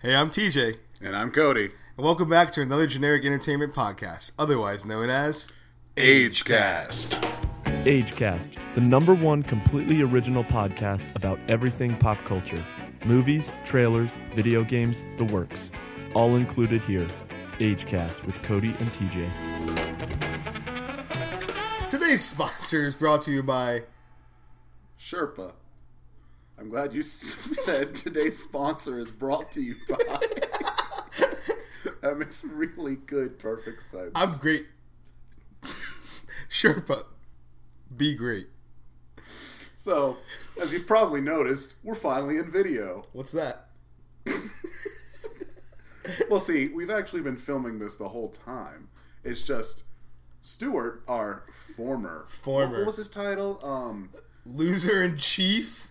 Hey, I'm TJ, And I'm Cody. and welcome back to another generic entertainment podcast, otherwise known as. AgeCast. AgeCast, the number one completely original podcast about everything pop culture movies, trailers, video games, the works. All included here. AgeCast with Cody and TJ. Today's sponsor is brought to you by. Sherpa. I'm glad you s- said today's sponsor is brought to you by. that makes really good, perfect sense. I'm great. Sherpa. Be great. So, as you've probably noticed, we're finally in video. What's that? Well, see, we've actually been filming this the whole time. It's just Stewart, our former Former. What, what was his title? Um, Loser in chief?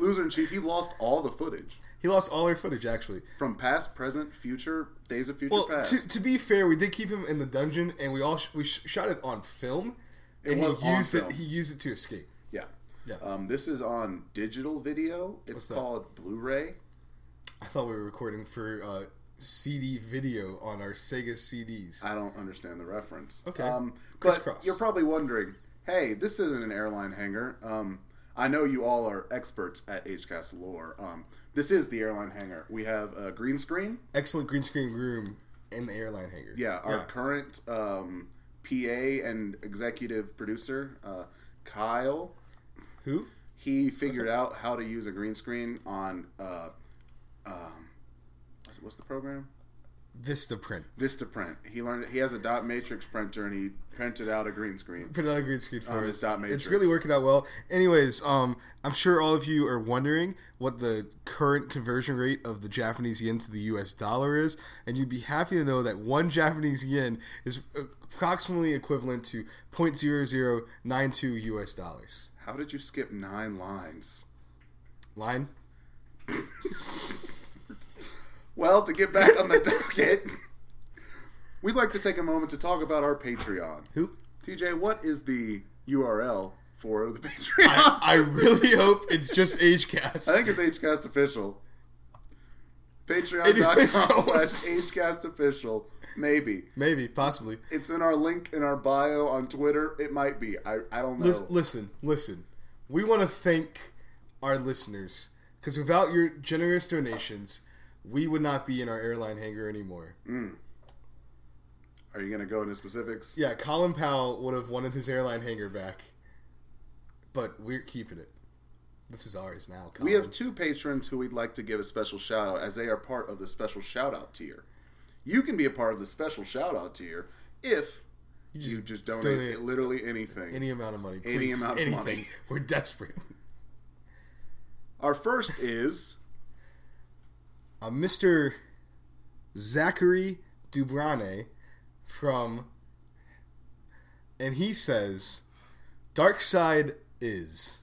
loser in chief. He lost all the footage He lost all our footage, actually. from past, present, future, days of future Well, past. to, to be fair, we did keep him in the dungeon, and we all sh- we sh- shot it on film, It and was he on used film. it. He used it to escape. Yeah. Yeah. Um, this is on digital video. It's What's that? called Blu-ray. I thought we were recording for uh, CD video on our Sega CDs. I don't understand the reference. Okay. Um, but Crisscross. you're probably wondering, hey, this isn't an airline hangar. Um, I know you all are experts at HCast lore. Um, this is the airline hangar. We have a green screen. Excellent green screen room in the airline hangar. Yeah. Our current um, PA and executive producer, uh, Kyle. Who? he figured out how to use a green screen on uh, um, what's the program Vista Print. Vistaprint. He learned he has a dot matrix printer and he printed out a green screen. Put another green screen for On us. this Oh, dot It's matrix. really working out well. Anyways, um, I'm sure all of you are wondering what the current conversion rate of the Japanese yen to the U.S. dollar is, and you'd be happy to know that one Japanese yen is uh, approximately equivalent to 0.0092 U.S. dollars. How did you skip nine lines? Line. Well, to get back on the docket, we'd like to take a moment to talk about our Patreon. Who? TJ, what is the URL for the Patreon? I, I really hope it's just AgeCast. I think it's HCast official. Patreon.com Anyways, go on. slash HCast official. Maybe. Maybe, possibly. It's in our link in our bio on Twitter. It might be. I, I don't know. Lis- listen, listen. We want to thank our listeners because without your generous donations, we would not be in our airline hangar anymore. Mm. Are you gonna go into specifics? Yeah, Colin Powell would have wanted his airline hangar back, but we're keeping it. This is ours now. Colin. We have two patrons who we'd like to give a special shout out as they are part of the special shout out tier. You can be a part of the special shout out tier if you just, donate, donate literally anything. any amount of money. Any Please, amount of anything. money. We're desperate. Our first is Uh, Mr. Zachary Dubrane from, and he says, "Dark side is."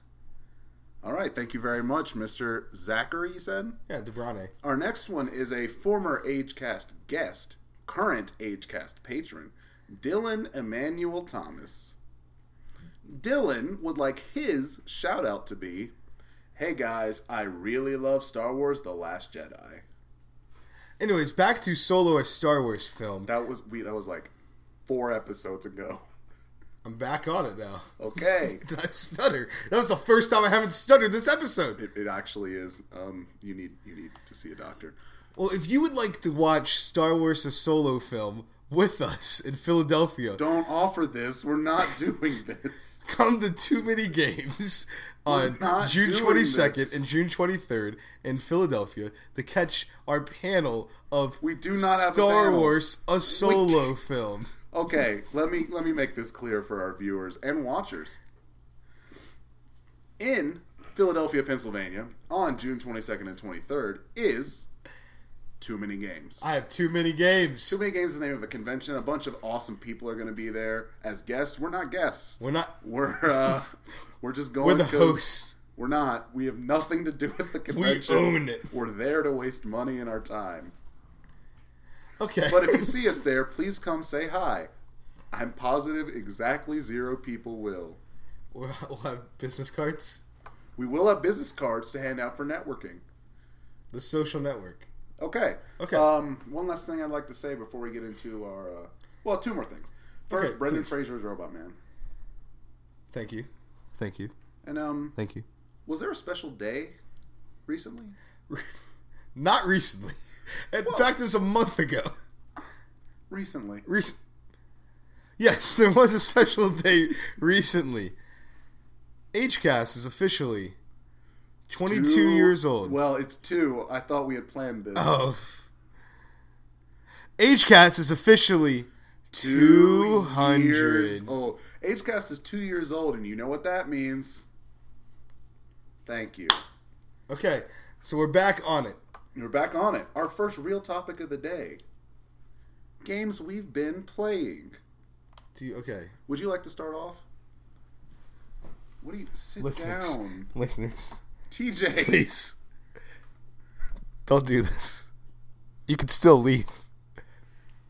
all right. Thank you very much, Mr. Zachary. You said. Yeah, Dubrane. Our next one is a former AgeCast guest, current AgeCast patron, Dylan Emmanuel Thomas. Dylan would like his shout out to be Hey guys, I really love Star Wars The Last Jedi. Anyways, back to Solo, a Star Wars film. That was we that was like four episodes ago. I'm back on it now. Okay. Did I stutter? That was the first time I haven't stuttered this episode. it, it actually is. Um you need you need to see a doctor. Well, if you would like to watch Star Wars, a Solo film with us in Philadelphia, Don't offer this. We're not doing this. come to Too Many Games on not June doing 22nd this. and June 23rd in Philadelphia to catch our panel of We do not have a Star panel. Wars a solo film. Okay, let me let me make this clear for our viewers and watchers. In Philadelphia, Pennsylvania, on June 22nd and 23rd is Too Many Games. I have too many games. Too Many Games is the name of a convention. A bunch of awesome people are going to be there as guests. We're not guests. We're not. We're uh, we're just going. We're the 'cause hosts. We're not. We have nothing to do with the convention. own it. We're there to waste money and our time. Okay. But if you see us there, please come say hi. I'm positive exactly zero people will. we'll we'll have business cards. We will have business cards to hand out for networking. The social network. Okay. Okay. Um, one last thing I'd like to say before we get into our uh, well, two more things. First, Okay, Brendan please. Fraser is Robot Man, Thank you. Thank you. and um, Thank you. was there a special day recently? Not recently. In fact, it was a month ago. Recently, Rec- yes, there was a special day recently. HCast is officially 22 years old. Well, it's two. I thought we had planned this. Oh. HCast is officially 200. years old. HCast is two years old, and you know what that means. Thank you. Okay, so we're back on it. We're back on it. Our first real topic of the day: games we've been playing. Do you, okay, Would you like to start off? What do you sit listeners. down, Listeners, TJ? please. Don't do this. You can still leave.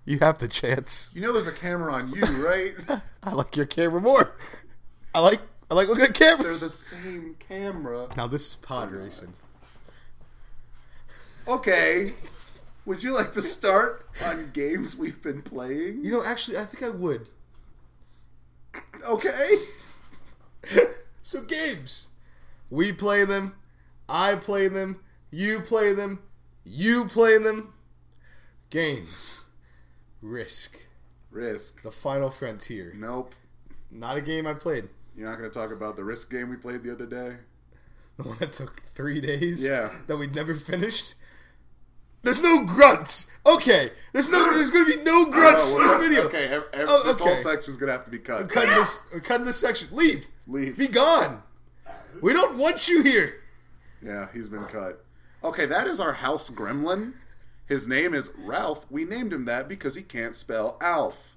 You have the chance. You know there's a camera on you, right? I like your camera more. I like I like looking at They're cameras. the same camera. now this is pod racing. Okay. Would you like to start on games we've been playing? You know, actually, I think I would. Okay. So games, we play them, I play them, you play them, you play them. Games, Risk, Risk. The Final Frontier. Nope. Not a game I played. You're not going to talk about the Risk game we played the other day? The one that took three days. Yeah. That we'd never finished. There's no grunts. Okay. There's no. There's gonna be no grunts Oh, in well, this video. Okay, ev- ev- Oh, this whole okay. section's going to have to be cut. Cut this. Cut this section. Leave. Leave. Be gone. We don't want you here. Yeah, he's been cut. Okay, that is our house gremlin. His name is Ralph. We named him that because he can't spell Alf.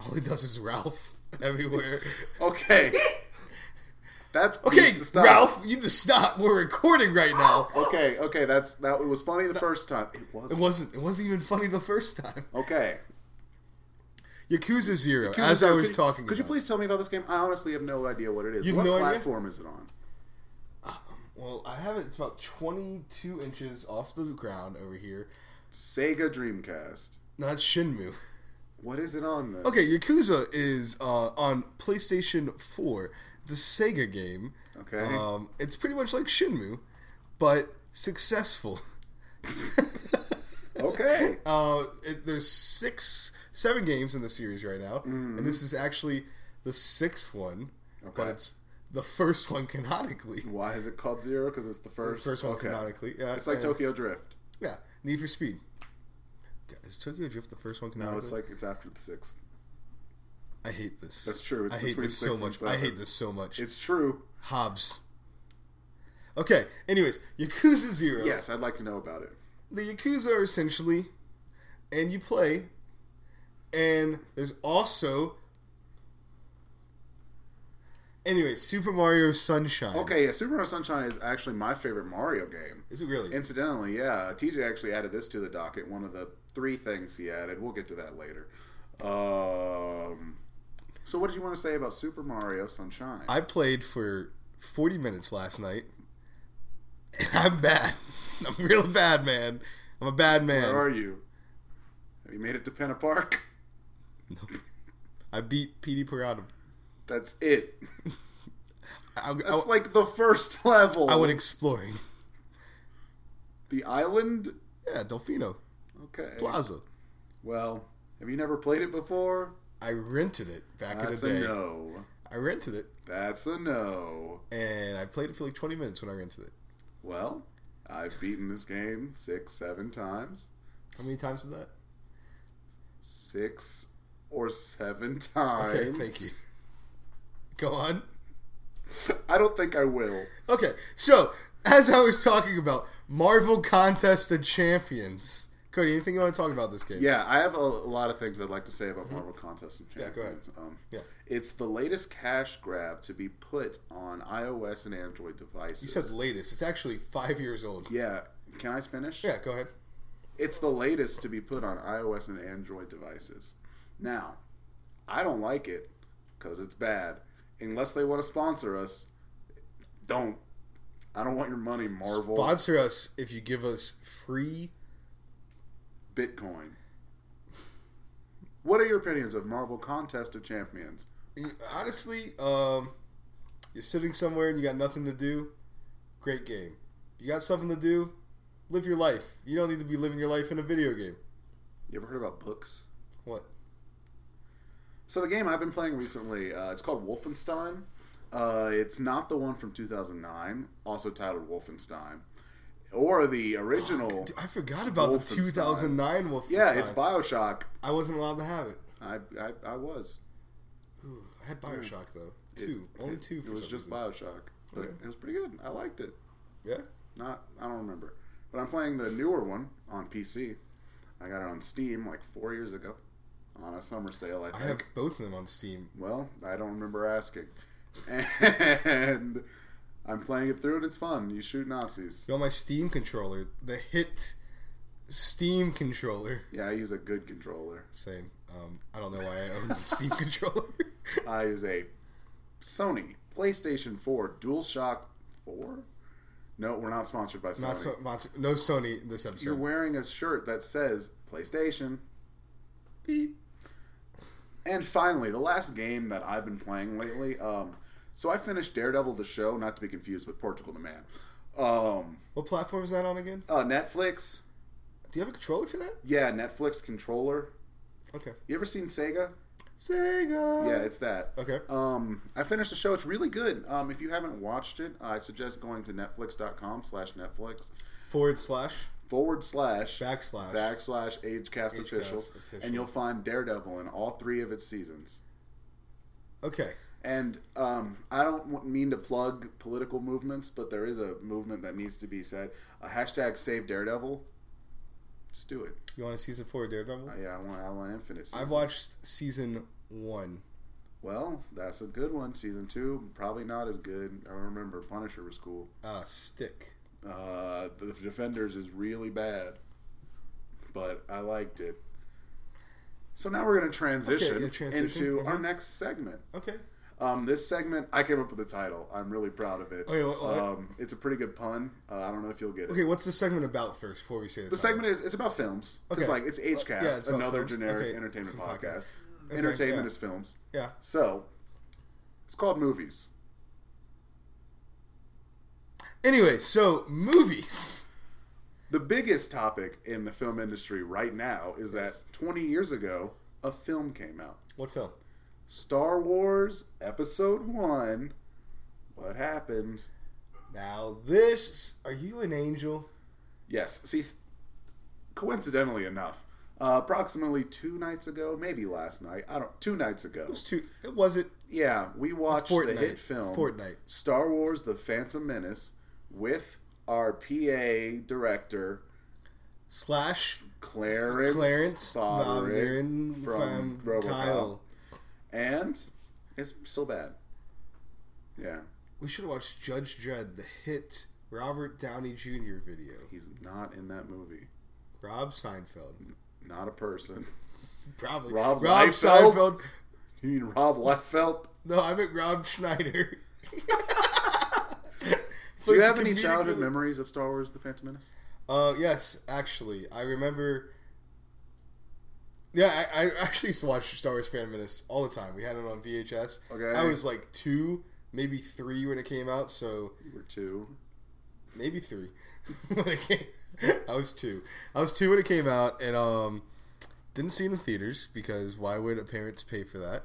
All he does is Ralph everywhere. Okay. That's Okay, needs to stop. Ralph, you need to stop. We're recording right now. Okay, okay, that's that it was funny the first time. It It wasn't. wasn't. It wasn't even funny the first time. Okay. Yakuza Zero, Could as you- I was could you- talking. Could you about. please tell me about this game? I honestly have no idea what it is. You have what no idea? platform is it on? Well, I have it. It's about 22 inches off the ground over here. Sega Dreamcast. No, that's Shinmu. What is it on then? Okay, Yakuza is uh, on PlayStation 4, the Sega game. Okay. Um, it's pretty much like Shinmu, but successful. Okay. Uh, it, there's six, seven games in the series right now, and this is actually the sixth one, but Mm-hmm. Okay. it's the first one canonically. Why is it called Zero? Because it's the The first. first one okay. canonically. Yeah, It's like and- Tokyo Drift. Yeah, Need for Speed. God, Is Tokyo Drift the first one canonically? No, it's like it's after the sixth. I hate this. That's true. It's I hate between this so six much. and I hate seven. this so much. It's true. Hobbs. Okay. Anyways, Yakuza Zero. Yes, I'd like to know about it. The Yakuza are essentially, and you play, and there's also. Anyway, Super Mario Sunshine. Okay, yeah, Super Mario Sunshine is actually my favorite Mario game. Is it really? Incidentally, yeah, TJ actually added this to the docket. One of the three things he added. We'll get to that later. Um, so, what did you want to say about Super Mario Sunshine? I played for 40 minutes last night, and I'm bad. I'm real bad, man. I'm a bad man. Where are you? Have you made it to Penna Park? I beat PD Pirata. That's it. I, I, That's like the first level. I went exploring. the island. Yeah, Delfino Okay. Plaza. Well, have you never played it before? I rented it back That's in the a day. no. I rented it That's a no. and I played it for like 20 minutes when I rented it. Well, I've beaten this game six, seven times. How many times is that? Six or seven times. Okay, thank you. Go on. I don't think I will. Okay, so as I was talking about Marvel Contest of Champions, Cody, anything you want to talk about this game? Yeah, I have a, lot of things I'd like to say about Marvel Contest and Mm-hmm. Yeah, Champions. go ahead. Um, Yeah. It's the latest cash grab to be put on iOS and Android devices. You said latest. It's actually five years old. yeah. Can I finish? Yeah, go ahead. It's the latest to be put on iOS and Android devices. Now, I don't like it because it's bad. Unless they want to sponsor us, Don't. I don't want your money, Marvel. Sponsor us if you give us free. Bitcoin. What are your opinions of Marvel Contest of Champions? Honestly, um, you're sitting somewhere and you got nothing to do. Great game. You got something to do. Live your life. You don't need to be living your life in a video game. You ever heard about books? What? So the game I've been playing recently, uh, it's called Wolfenstein. Uh, it's not the one from 2009, also titled Wolfenstein, or the original. Dude, I forgot about the Wolfenstein. 2009 Wolfenstein. yeah, it's Bioshock. I wasn't allowed to have it. I I, I was. Ooh, I had Bioshock though. Two, only two. It For was some just reason. Bioshock, but it was pretty good. I liked it. yeah. Not I don't remember, but I'm playing the newer one on PC. I got it on Steam like four years ago, on a summer sale. I I think. have both of them on Steam. Well, I don't remember asking. And I'm playing it through, and it's fun. You shoot Nazis. You know my Steam controller, the Hit Steam controller. Yeah, I use a good controller. Same. Um, I don't know why I own the Steam controller. I use a Sony PlayStation 4 DualShock 4. No, we're not sponsored by Sony. Not so, not, no Sony in this episode. You're wearing a shirt that says PlayStation. Beep. And finally, the last game that I've been playing lately. Um, so I finished Daredevil the show, not to be confused with Portugal the Man. Um, What platform is that on again? uh, Netflix. Do you have a controller for that? Yeah, Netflix controller. Okay. You ever seen Sega? Sega. Yeah, it's that. Okay. Um, I finished the show. It's really good. Um, if you haven't watched it, I suggest going to netflix.com slash netflix Forward slash forward slash backslash. backslash agecast official, official. and you'll find Daredevil in all three of its seasons. Okay. And um, I don't w- mean to plug political movements, but there is a movement that needs to be said. A hashtag save Daredevil. Just do it. You want a season four of Daredevil? Uh, yeah, I want I want infinite. I seasons. have watched season one. Well, that's a good one. Season two, probably not as good. I don't remember. Punisher was cool. Uh, stick. Uh, the Defenders is really bad, but I liked it. So now we're going to transition, yeah, transition. into our Mhm. next segment. Okay. Um, this segment, I came up with the title. I'm really proud of it. Okay, well, all right. um, it's a pretty good pun. Uh, I don't know if you'll get it. Okay. What's the segment about first? Before we say The segment is it's about films. Okay. Uh, It's like it's HCast, Yeah, it's about another films. generic Okay, entertainment it's a podcast. podcast. Okay, Entertainment yeah. is films. Yeah. So it's called movies. Anyway, so movies. The biggest topic in the film industry right now is Yes. that 20 years ago, a film came out. What film? Star Wars Episode 1. What happened? Now this. Are you an angel? Yes, see, coincidentally enough, uh, approximately two nights ago, maybe last night, I don't, two nights ago. It was two. It wasn't. Yeah, we watched Fortnite. the hit film Fortnite. Star Wars: The Phantom Menace with our PA director Slash Clarence Clarence Bodrick Bodrick from, from RoboCop. Kyle. and it's still bad. Yeah, We should have watched Judge Dredd, the hit Robert Downey Jr. video. he's not in that movie. Rob Seinfeld. Not a person. Probably. Rob Liefeld? Seinfeld. You mean Rob Liefeld? No, I meant Rob Schneider. Do you have any childhood memories of Star Wars: The Phantom Menace? Uh, yes, actually. I remember. Yeah, I, I actually used to watch Star Wars Phantom Menace all the time. We had it on VHS. Okay. I was like two, maybe three when it came out, so You were two. maybe three. when it came, I was two. I was two when it came out, and um, didn't see it in theaters because why would a parents pay for that?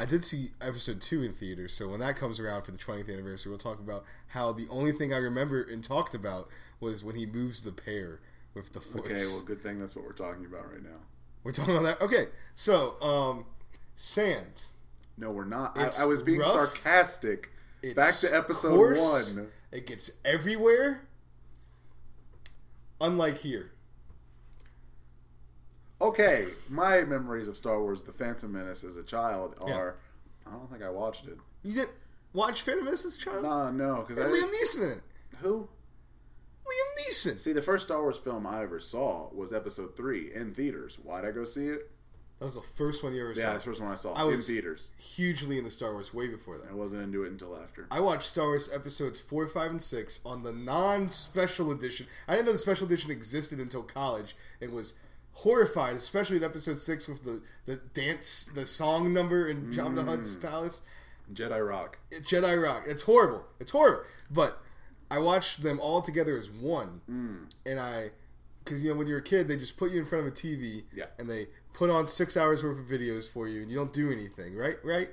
I did see episode two in theaters, so when that comes around for the 20th anniversary, we'll talk about how the only thing I remember and talked about was when he moves the pair with the force. Okay, well, good thing that's what we're talking about right now. We're talking about that. Okay, so um, sand. No, we're not. It's I, I was being rough. sarcastic. It's Back to episode coarse. one. It gets everywhere. Unlike here. Okay, my memories of Star Wars: The Phantom Menace as a child are. I don't think I watched it. You didn't watch Phantom Menace as a child? No, no, because I Had Liam didn't, Neeson in it. who? Liam Neeson. See, the first Star Wars film I ever saw was Episode Three in theaters. Why'd I go see it? That was the first one you ever Yeah, saw. that's the first one I saw I in was- theaters. Hugely into Star Wars way before I that. wasn't into it until after. I watched Star Wars episodes 4, 5, and 6 on the non special edition. I didn't know the special edition existed until college and was horrified, especially in episode 6 with the, the dance, the song number in Jabba the Hutt's palace. Jedi Rock. Jedi Rock. It's horrible. It's horrible. But I watched them all together as one, Mm. and I, because you know when you're a kid, they just put you in front of a TV, Yeah. and they put on six hours worth of videos for you, and you don't do anything, right? Right?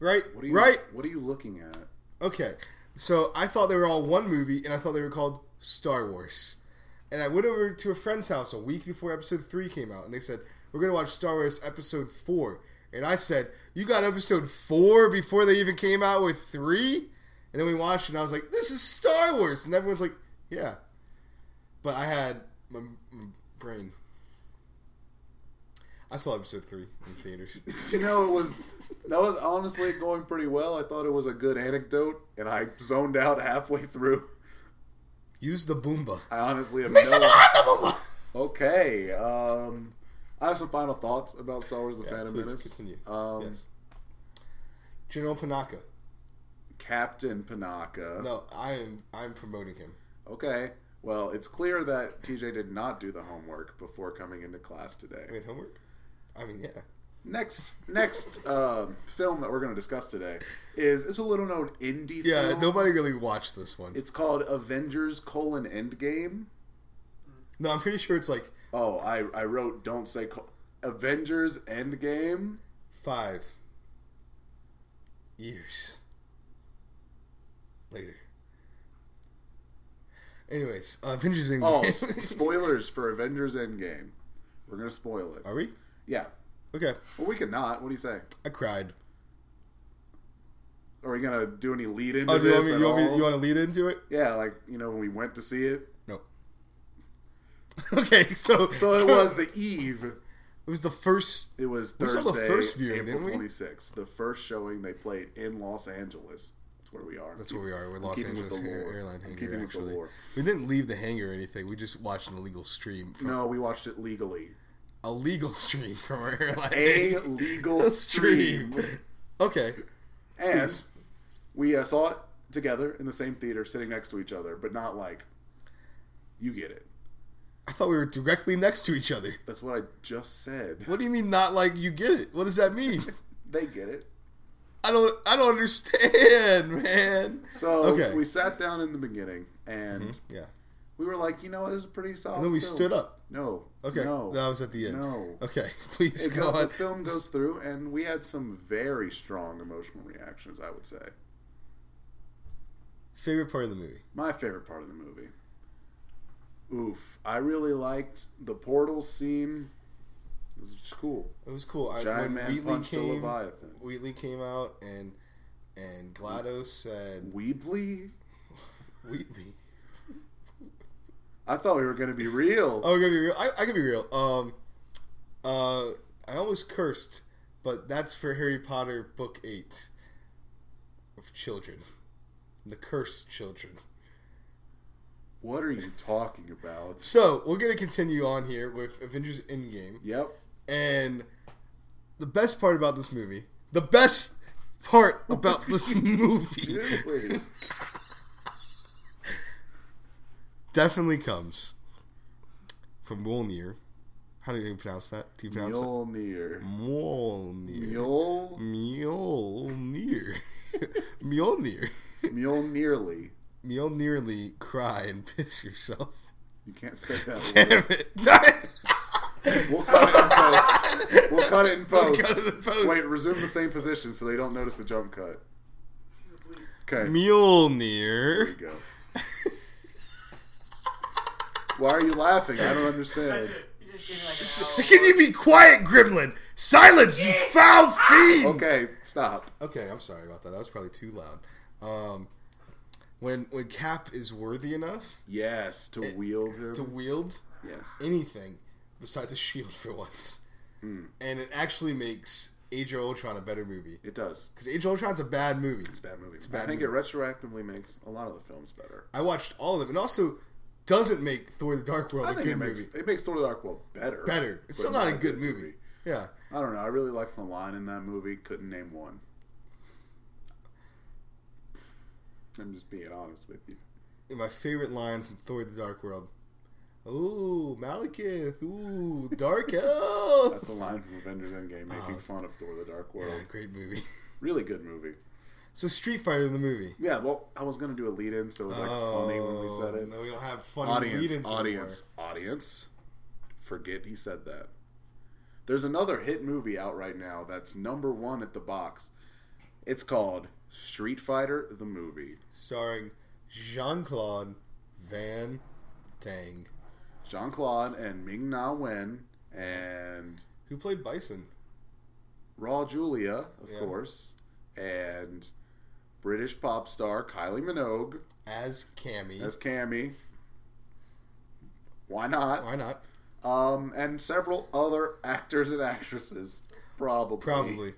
Right? What are you right? What are you looking at? Okay. So I thought they were all one movie, and I thought they were called Star Wars. And I went over to a friend's house a week before episode three came out, and they said, We're going to watch Star Wars episode four. And I said, You got episode four before they even came out with three? And then we watched it, and I was like, This is Star Wars. And everyone's like, Yeah. But I had my, my brain. I saw episode three in theaters. You know, it was that was honestly going pretty well. I thought it was a good anecdote, and I zoned out halfway through. Use the Boomba. I honestly have Listen no. out, the Boomba! Okay. Um, I have some final thoughts about Star Wars: The Phantom please Menace. continue. Um, Yes. General Panaka. Captain Panaka. No, I am I'm promoting him. Okay. Well, it's clear that TJ did not do the homework before coming into class I today. mean homework? I mean yeah. Next, next um film that we're going to discuss today is it's a little known indie. Yeah, film. nobody really watched this one. It's called Avengers: colon Endgame. no, I'm pretty sure it's like Oh, I I wrote don't say co- Avengers Endgame. five years later. Anyways, uh, Avengers Endgame. Oh, s- spoilers for Avengers Endgame. We're gonna spoil it. Are we? Yeah. Okay. Well, we could not. What do you say? I cried. Are Are we gonna do any lead into oh, do you want this me, at you, want me, all? you want to lead into it? Yeah, like you know when we went to see it. No. okay, so So it was the eve. it was the first It was We Thursday, saw the first viewing, April didn't we? twenty sixth. The first showing they played in Los Angeles. That's where we are. That's where we are. We're Los keeping with Angeles the Air- lore. airline I'm hangar. keeping with the Actually, lore. we didn't leave the hangar or anything. We just watched an illegal stream, from, No, we watched it legally. a legal stream from our airline. A hangar. legal stream. Okay, And Hmm. we uh, saw it together in the same theater, sitting next to each other, but not like you get it. I thought we were directly next to each other. That's what I just said. What do you mean not like you get it? What does that mean? They get it. I don't. I don't understand, man. So Okay. we sat down in the beginning and Yeah. we were like, you know, what, this is a pretty solid. And then we film. stood up. No. Okay, No. that was at the end. No. Okay, please It go go- on. the film goes through, and we had some very strong emotional reactions. I would say Favorite part of the movie. my favorite part of the movie. Oof! I really liked the portal scene. This is cool. It was cool. I, Giant when man Wheatley punched a came, leviathan. Wheatley came out and and Glados said Weebly. Wheatley. I thought we were gonna be real. Oh, we're gonna be real. I, I can be real. Um, uh, I almost cursed, but that's for Harry Potter book eight of children, the cursed children. What are you talking about? So we're gonna continue on here with Avengers Endgame, Yep. and the best part about this movie, the best part about this movie, Wait. definitely comes from Mjolnir. How do you pronounce that? Do you pronounce it? Mjolnir. Mjolnir. Mjol. Mjolnir. Mjolnir. Mjolnirly. Mjolnirly cry and piss yourself. You can't say that. word. Damn it. Damn it. We'll cut it in post. We'll cut it in post. Go to the post. Wait, resume the same position so they don't notice the jump cut. Okay, here we Mjolnir. go. Why are you laughing? I don't understand. That's it. You just gave me like an Can you be quiet, Gremlin? Silence, you foul fiend! Okay, stop. Okay, I'm sorry about that. That was probably too loud. Um, when when Cap is worthy enough Yes, to wield him. to wield yes. anything besides a shield for once, and it actually makes Age of Ultron a better movie. It does. Because Age of Ultron's a bad movie. It's a bad movie. It's bad I think movie. it retroactively makes a lot of the films better. I watched all of them, and also doesn't make Thor: The Dark World I a think good it movie. makes it makes Thor: The Dark World better. Better. It's but still not a good movie. Yeah, I don't know. I really liked the line in that movie. Couldn't name one. I'm just being honest with you. And my favorite line from Thor: The Dark World. Ooh, Malekith. Ooh, Dark Elf. That's a line from Avengers Endgame, making fun of Thor: The Dark World. Great movie. Really good movie. So Street Fighter the movie. Yeah. Well, I was gonna do a lead-in, so it was like funny when we said it. No, we don't have funny audience, lead-ins audience, audience. Forget he said that. There's another hit movie out right now that's number one at the box. It's called Street Fighter the Movie. anymore. starring Jean Claude Van Tang, Jean Claude and Ming Na Wen and who played Bison. Raw Julia, of Yeah. course, and British pop star Kylie Minogue as Cammy. as Cammy. Why not? Why not? Um, and several other actors and actresses, probably. Probably.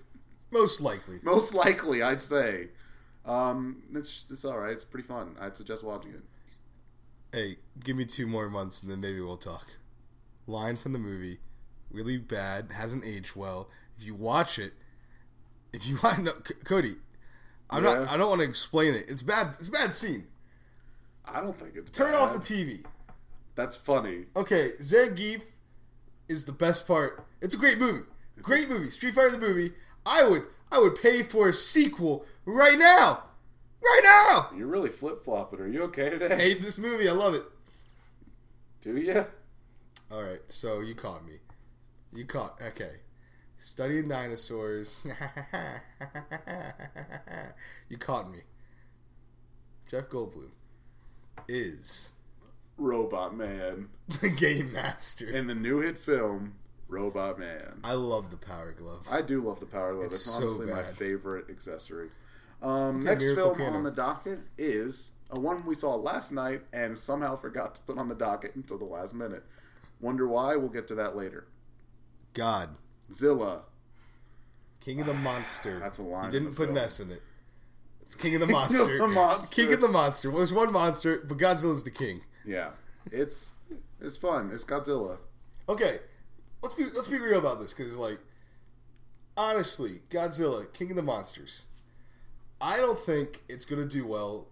Most likely. Most likely, I'd say. Um, it's it's all right. It's pretty fun. I'd suggest watching it. Hey, give me two more months and then maybe we'll talk. Line from the movie, really bad, hasn't aged well. If you watch it, if you wind up, C- Cody, I'm not. Yeah. I don't want to explain it. It's bad. It's a bad scene. I don't think it's Turn bad. off the TV. That's funny. Okay, Zangief is the best part. It's a great movie. Great movie. Street Fighter the movie. I would. I would pay for a sequel right now. Right now. You're really flip flopping. Are you okay today? hate this movie. I love it. Do you? All right, so you caught me. You caught. Okay. Studying dinosaurs. you caught me. Jeff Goldblum is Robot Man. the game master. In the new hit film, Robot Man. I love the Power Glove. I do love the Power Glove. It's It's, so honestly my bad. favorite accessory. Um, next Miracle film Piano. on the docket is a one we saw last night and somehow forgot to put on the docket until the last minute. Wonder why? We'll get to that later. God, Zilla. King of the Monster. That's a line You in didn't the put film. an S in it. It's King of the of Monster. the Monster. King of the Monster. Well, there's one monster, but Godzilla's the king. Yeah, it's it's fun. It's Godzilla. Okay, let's be let's be real about this because like, honestly, Godzilla, King of the Monsters, I don't think it's gonna do well,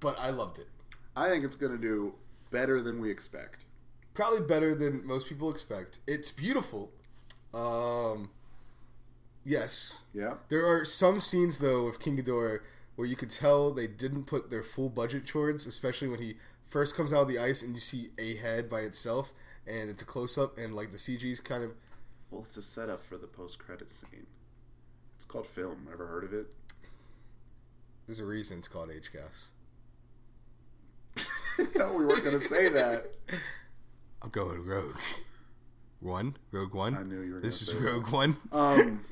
but I loved it. I think it's gonna do better than we expect. Probably better than most people expect. It's beautiful. Um, yes, Yeah, there are some scenes though of King Ghidorah where you could tell they didn't put their full budget towards, especially when he first comes out of the ice and you see a head by itself and it's a close up and like the CG's kind of Well, it's a setup for the post-credit scene. It's called film. Ever heard of it? There's a reason it's called H gas. I thought we weren't going to say that. I'm going Rogue One. Rogue One. I knew you were This gonna is say that. Rogue One. Um,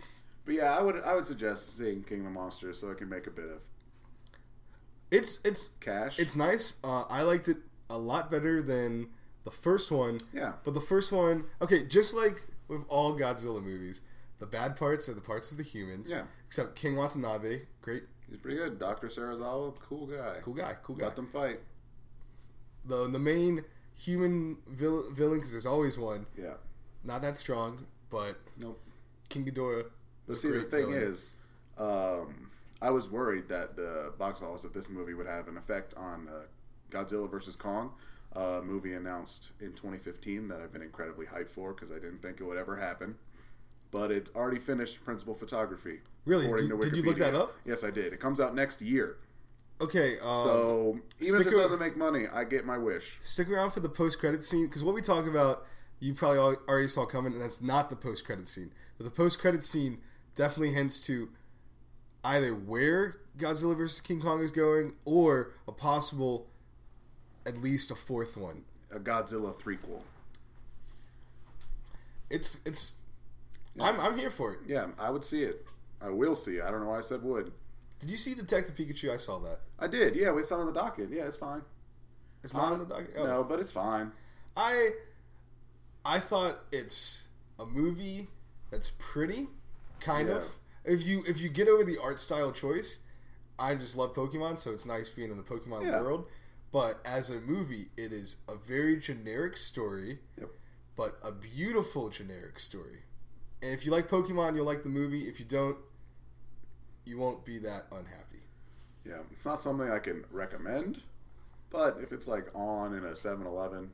but yeah, I would I would suggest seeing King of the Monsters so I can make a bit of It's it's cash. it's nice. Uh, I liked it a lot better than the first one. yeah, But the first one, okay, just like with all Godzilla movies, the bad parts are the parts of the humans. Yeah. Except King Watanabe, great, he's pretty good. Doctor Sarazawa, cool guy. cool guy, cool guy. Let them fight. The the main human vil- villain, because there's always one, Yeah. not that strong, but Nope. King Ghidorah. But is a see, the great thing villain. is, um, I was worried that the box office of this movie would have an effect on uh, Godzilla vs. Kong, a movie announced in 2015 that I've been incredibly hyped for because I didn't think it would ever happen. But it already finished principal photography. Really? Did- did you look that Wikipedia. up? Yes, I did. It comes out next year. Okay, um, So even if stick this a- doesn't make money, I get my wish. stick around for the post credit scene because what we talk about you probably al- already saw coming, and that's not the post credit scene. But the post credit scene definitely hints to either where Godzilla vs King Kong is going, or a possible, at least a fourth one. A Godzilla threequel. It's it's. I'm, I'm here for it. Yeah, I would see it. I will see it. I don't know why I said would. Did you see Detective Pikachu? I saw that. I did. Yeah, we saw it on the docket. Yeah, it's fine. It's not on the doc. Oh. No, but it's fine. I I thought it's a movie that's pretty, kind of. If you if you get over the art style choice, I just love Pokemon, so it's nice being in the Pokemon Yeah. world. But as a movie, it is a very generic story, Yep. but a beautiful generic story. And if you like Pokemon, you'll like the movie. If you don't, you won't be that unhappy. Yeah, it's not something I can recommend, but if it's like on in a 7-Eleven,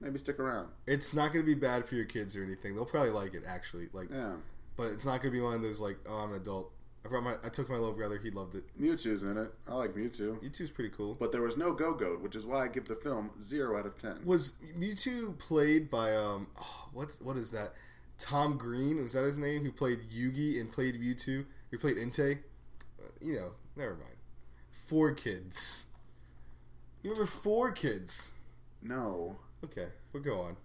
maybe stick around. It's not going to be bad for your kids or anything. They'll probably like it actually. Like, Yeah, but it's not going to be one of those like, oh, I'm an adult. I brought my, I took my little brother. He loved it. Mewtwo's in it. I like Mewtwo, YouTube's pretty cool. but there was no Go-Go, which is why I give the film zero out of ten. Was Mewtwo played by um, oh, what's what is that? Tom Green was that his name? Who played Yugi and played Mewtwo? Who played Entei? Uh, you know, never mind. Four kids. You remember four kids? No. Okay, we'll go on.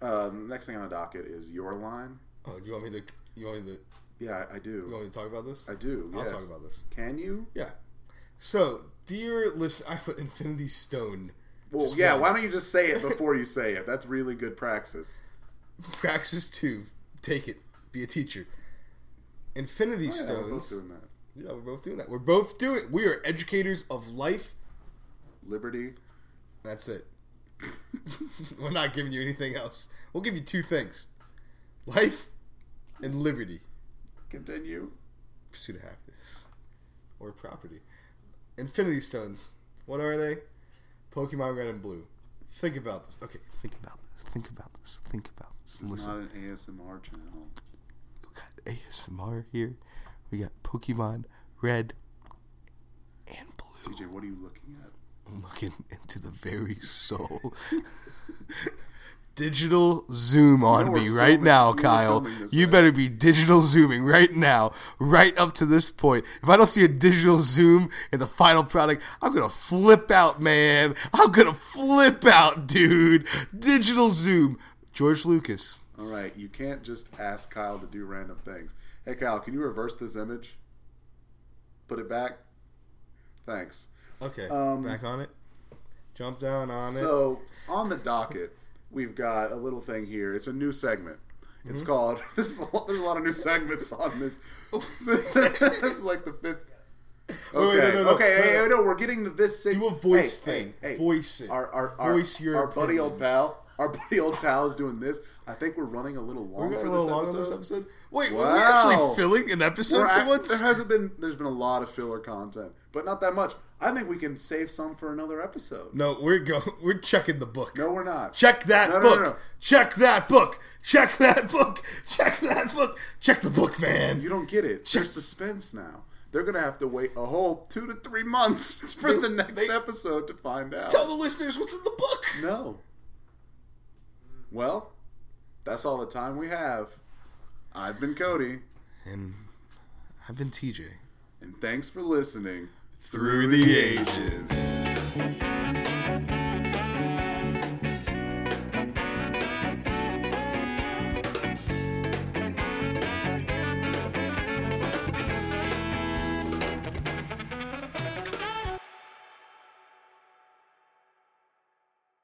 Uh, next thing on the docket is your line. Oh, you want me to? You want me to? Yeah, I, I You do. want me to talk about this? I do. I'll yes. talk about this. Can you? Yeah. So, dear listen, I put Infinity Stone. Well, Just yeah. one. Why don't you just say it before you say it? That's really good praxis. Praxis two. Take it. Be a teacher. Infinity Yeah, we're Stones. both doing that. Yeah, we're both doing that. We're both doing. We are educators of life. Liberty. That's it. we're not giving you anything else. We'll give you two things: life and liberty. Continue. Pursuit of happiness or property. Infinity Stones. What are they? Pokemon Red and Blue. Think about this. Okay, think about this. Think about this. Think about this. It's not Listen, an ASMR channel. we got ASMR here. We got Pokemon Red and Blue. DJ, what are you looking at? looking into the very soul. digital zoom on know me we're right filming- now, you know we're Kyle. filming this, You right? better be digital zooming right now, right up to this point. If I don't see a digital zoom in the final product, I'm gonna flip out, man. I'm gonna flip out, dude. Digital zoom. George Lucas. All right, you can't just ask Kyle to do random things. Hey, Kyle, can you reverse this image? Put it back. Thanks. Okay, Um, back on it. Jump down on it. So on the docket, we've got a little thing here. It's a new segment. It's Mm-hmm. called. This is a lot, there's a lot of new segments on this. this is like the fifth. Wait, wait, Okay. no, no, no. okay. No, hey, no. hey, no, we're getting to this. Sig- Do a voice Hey, thing. Hey, hey. Voice it. Our, our, our, Voice your our buddy opinion. old pal. Our buddy old pal is doing this. I think we're running a little long We're going for a little this long episode. on this episode. Wait, were we Wow. actually filling an episode We're for act- once? there hasn't been. There's been a lot of filler content, but not that much. I think we can save some for another episode. No, we're going. We're checking the book. No, we're not. Check that No, no, book. no, no. Check that book. Check that book. Check that book. Check the book, man. You don't get it. There's suspense now. They're gonna have to wait a whole two to three months for the next they- episode to find out. Tell the listeners what's in the book. no. Well, that's all the time we have. I've been Cody, And I've been TJ. and thanks for listening. Through the ages.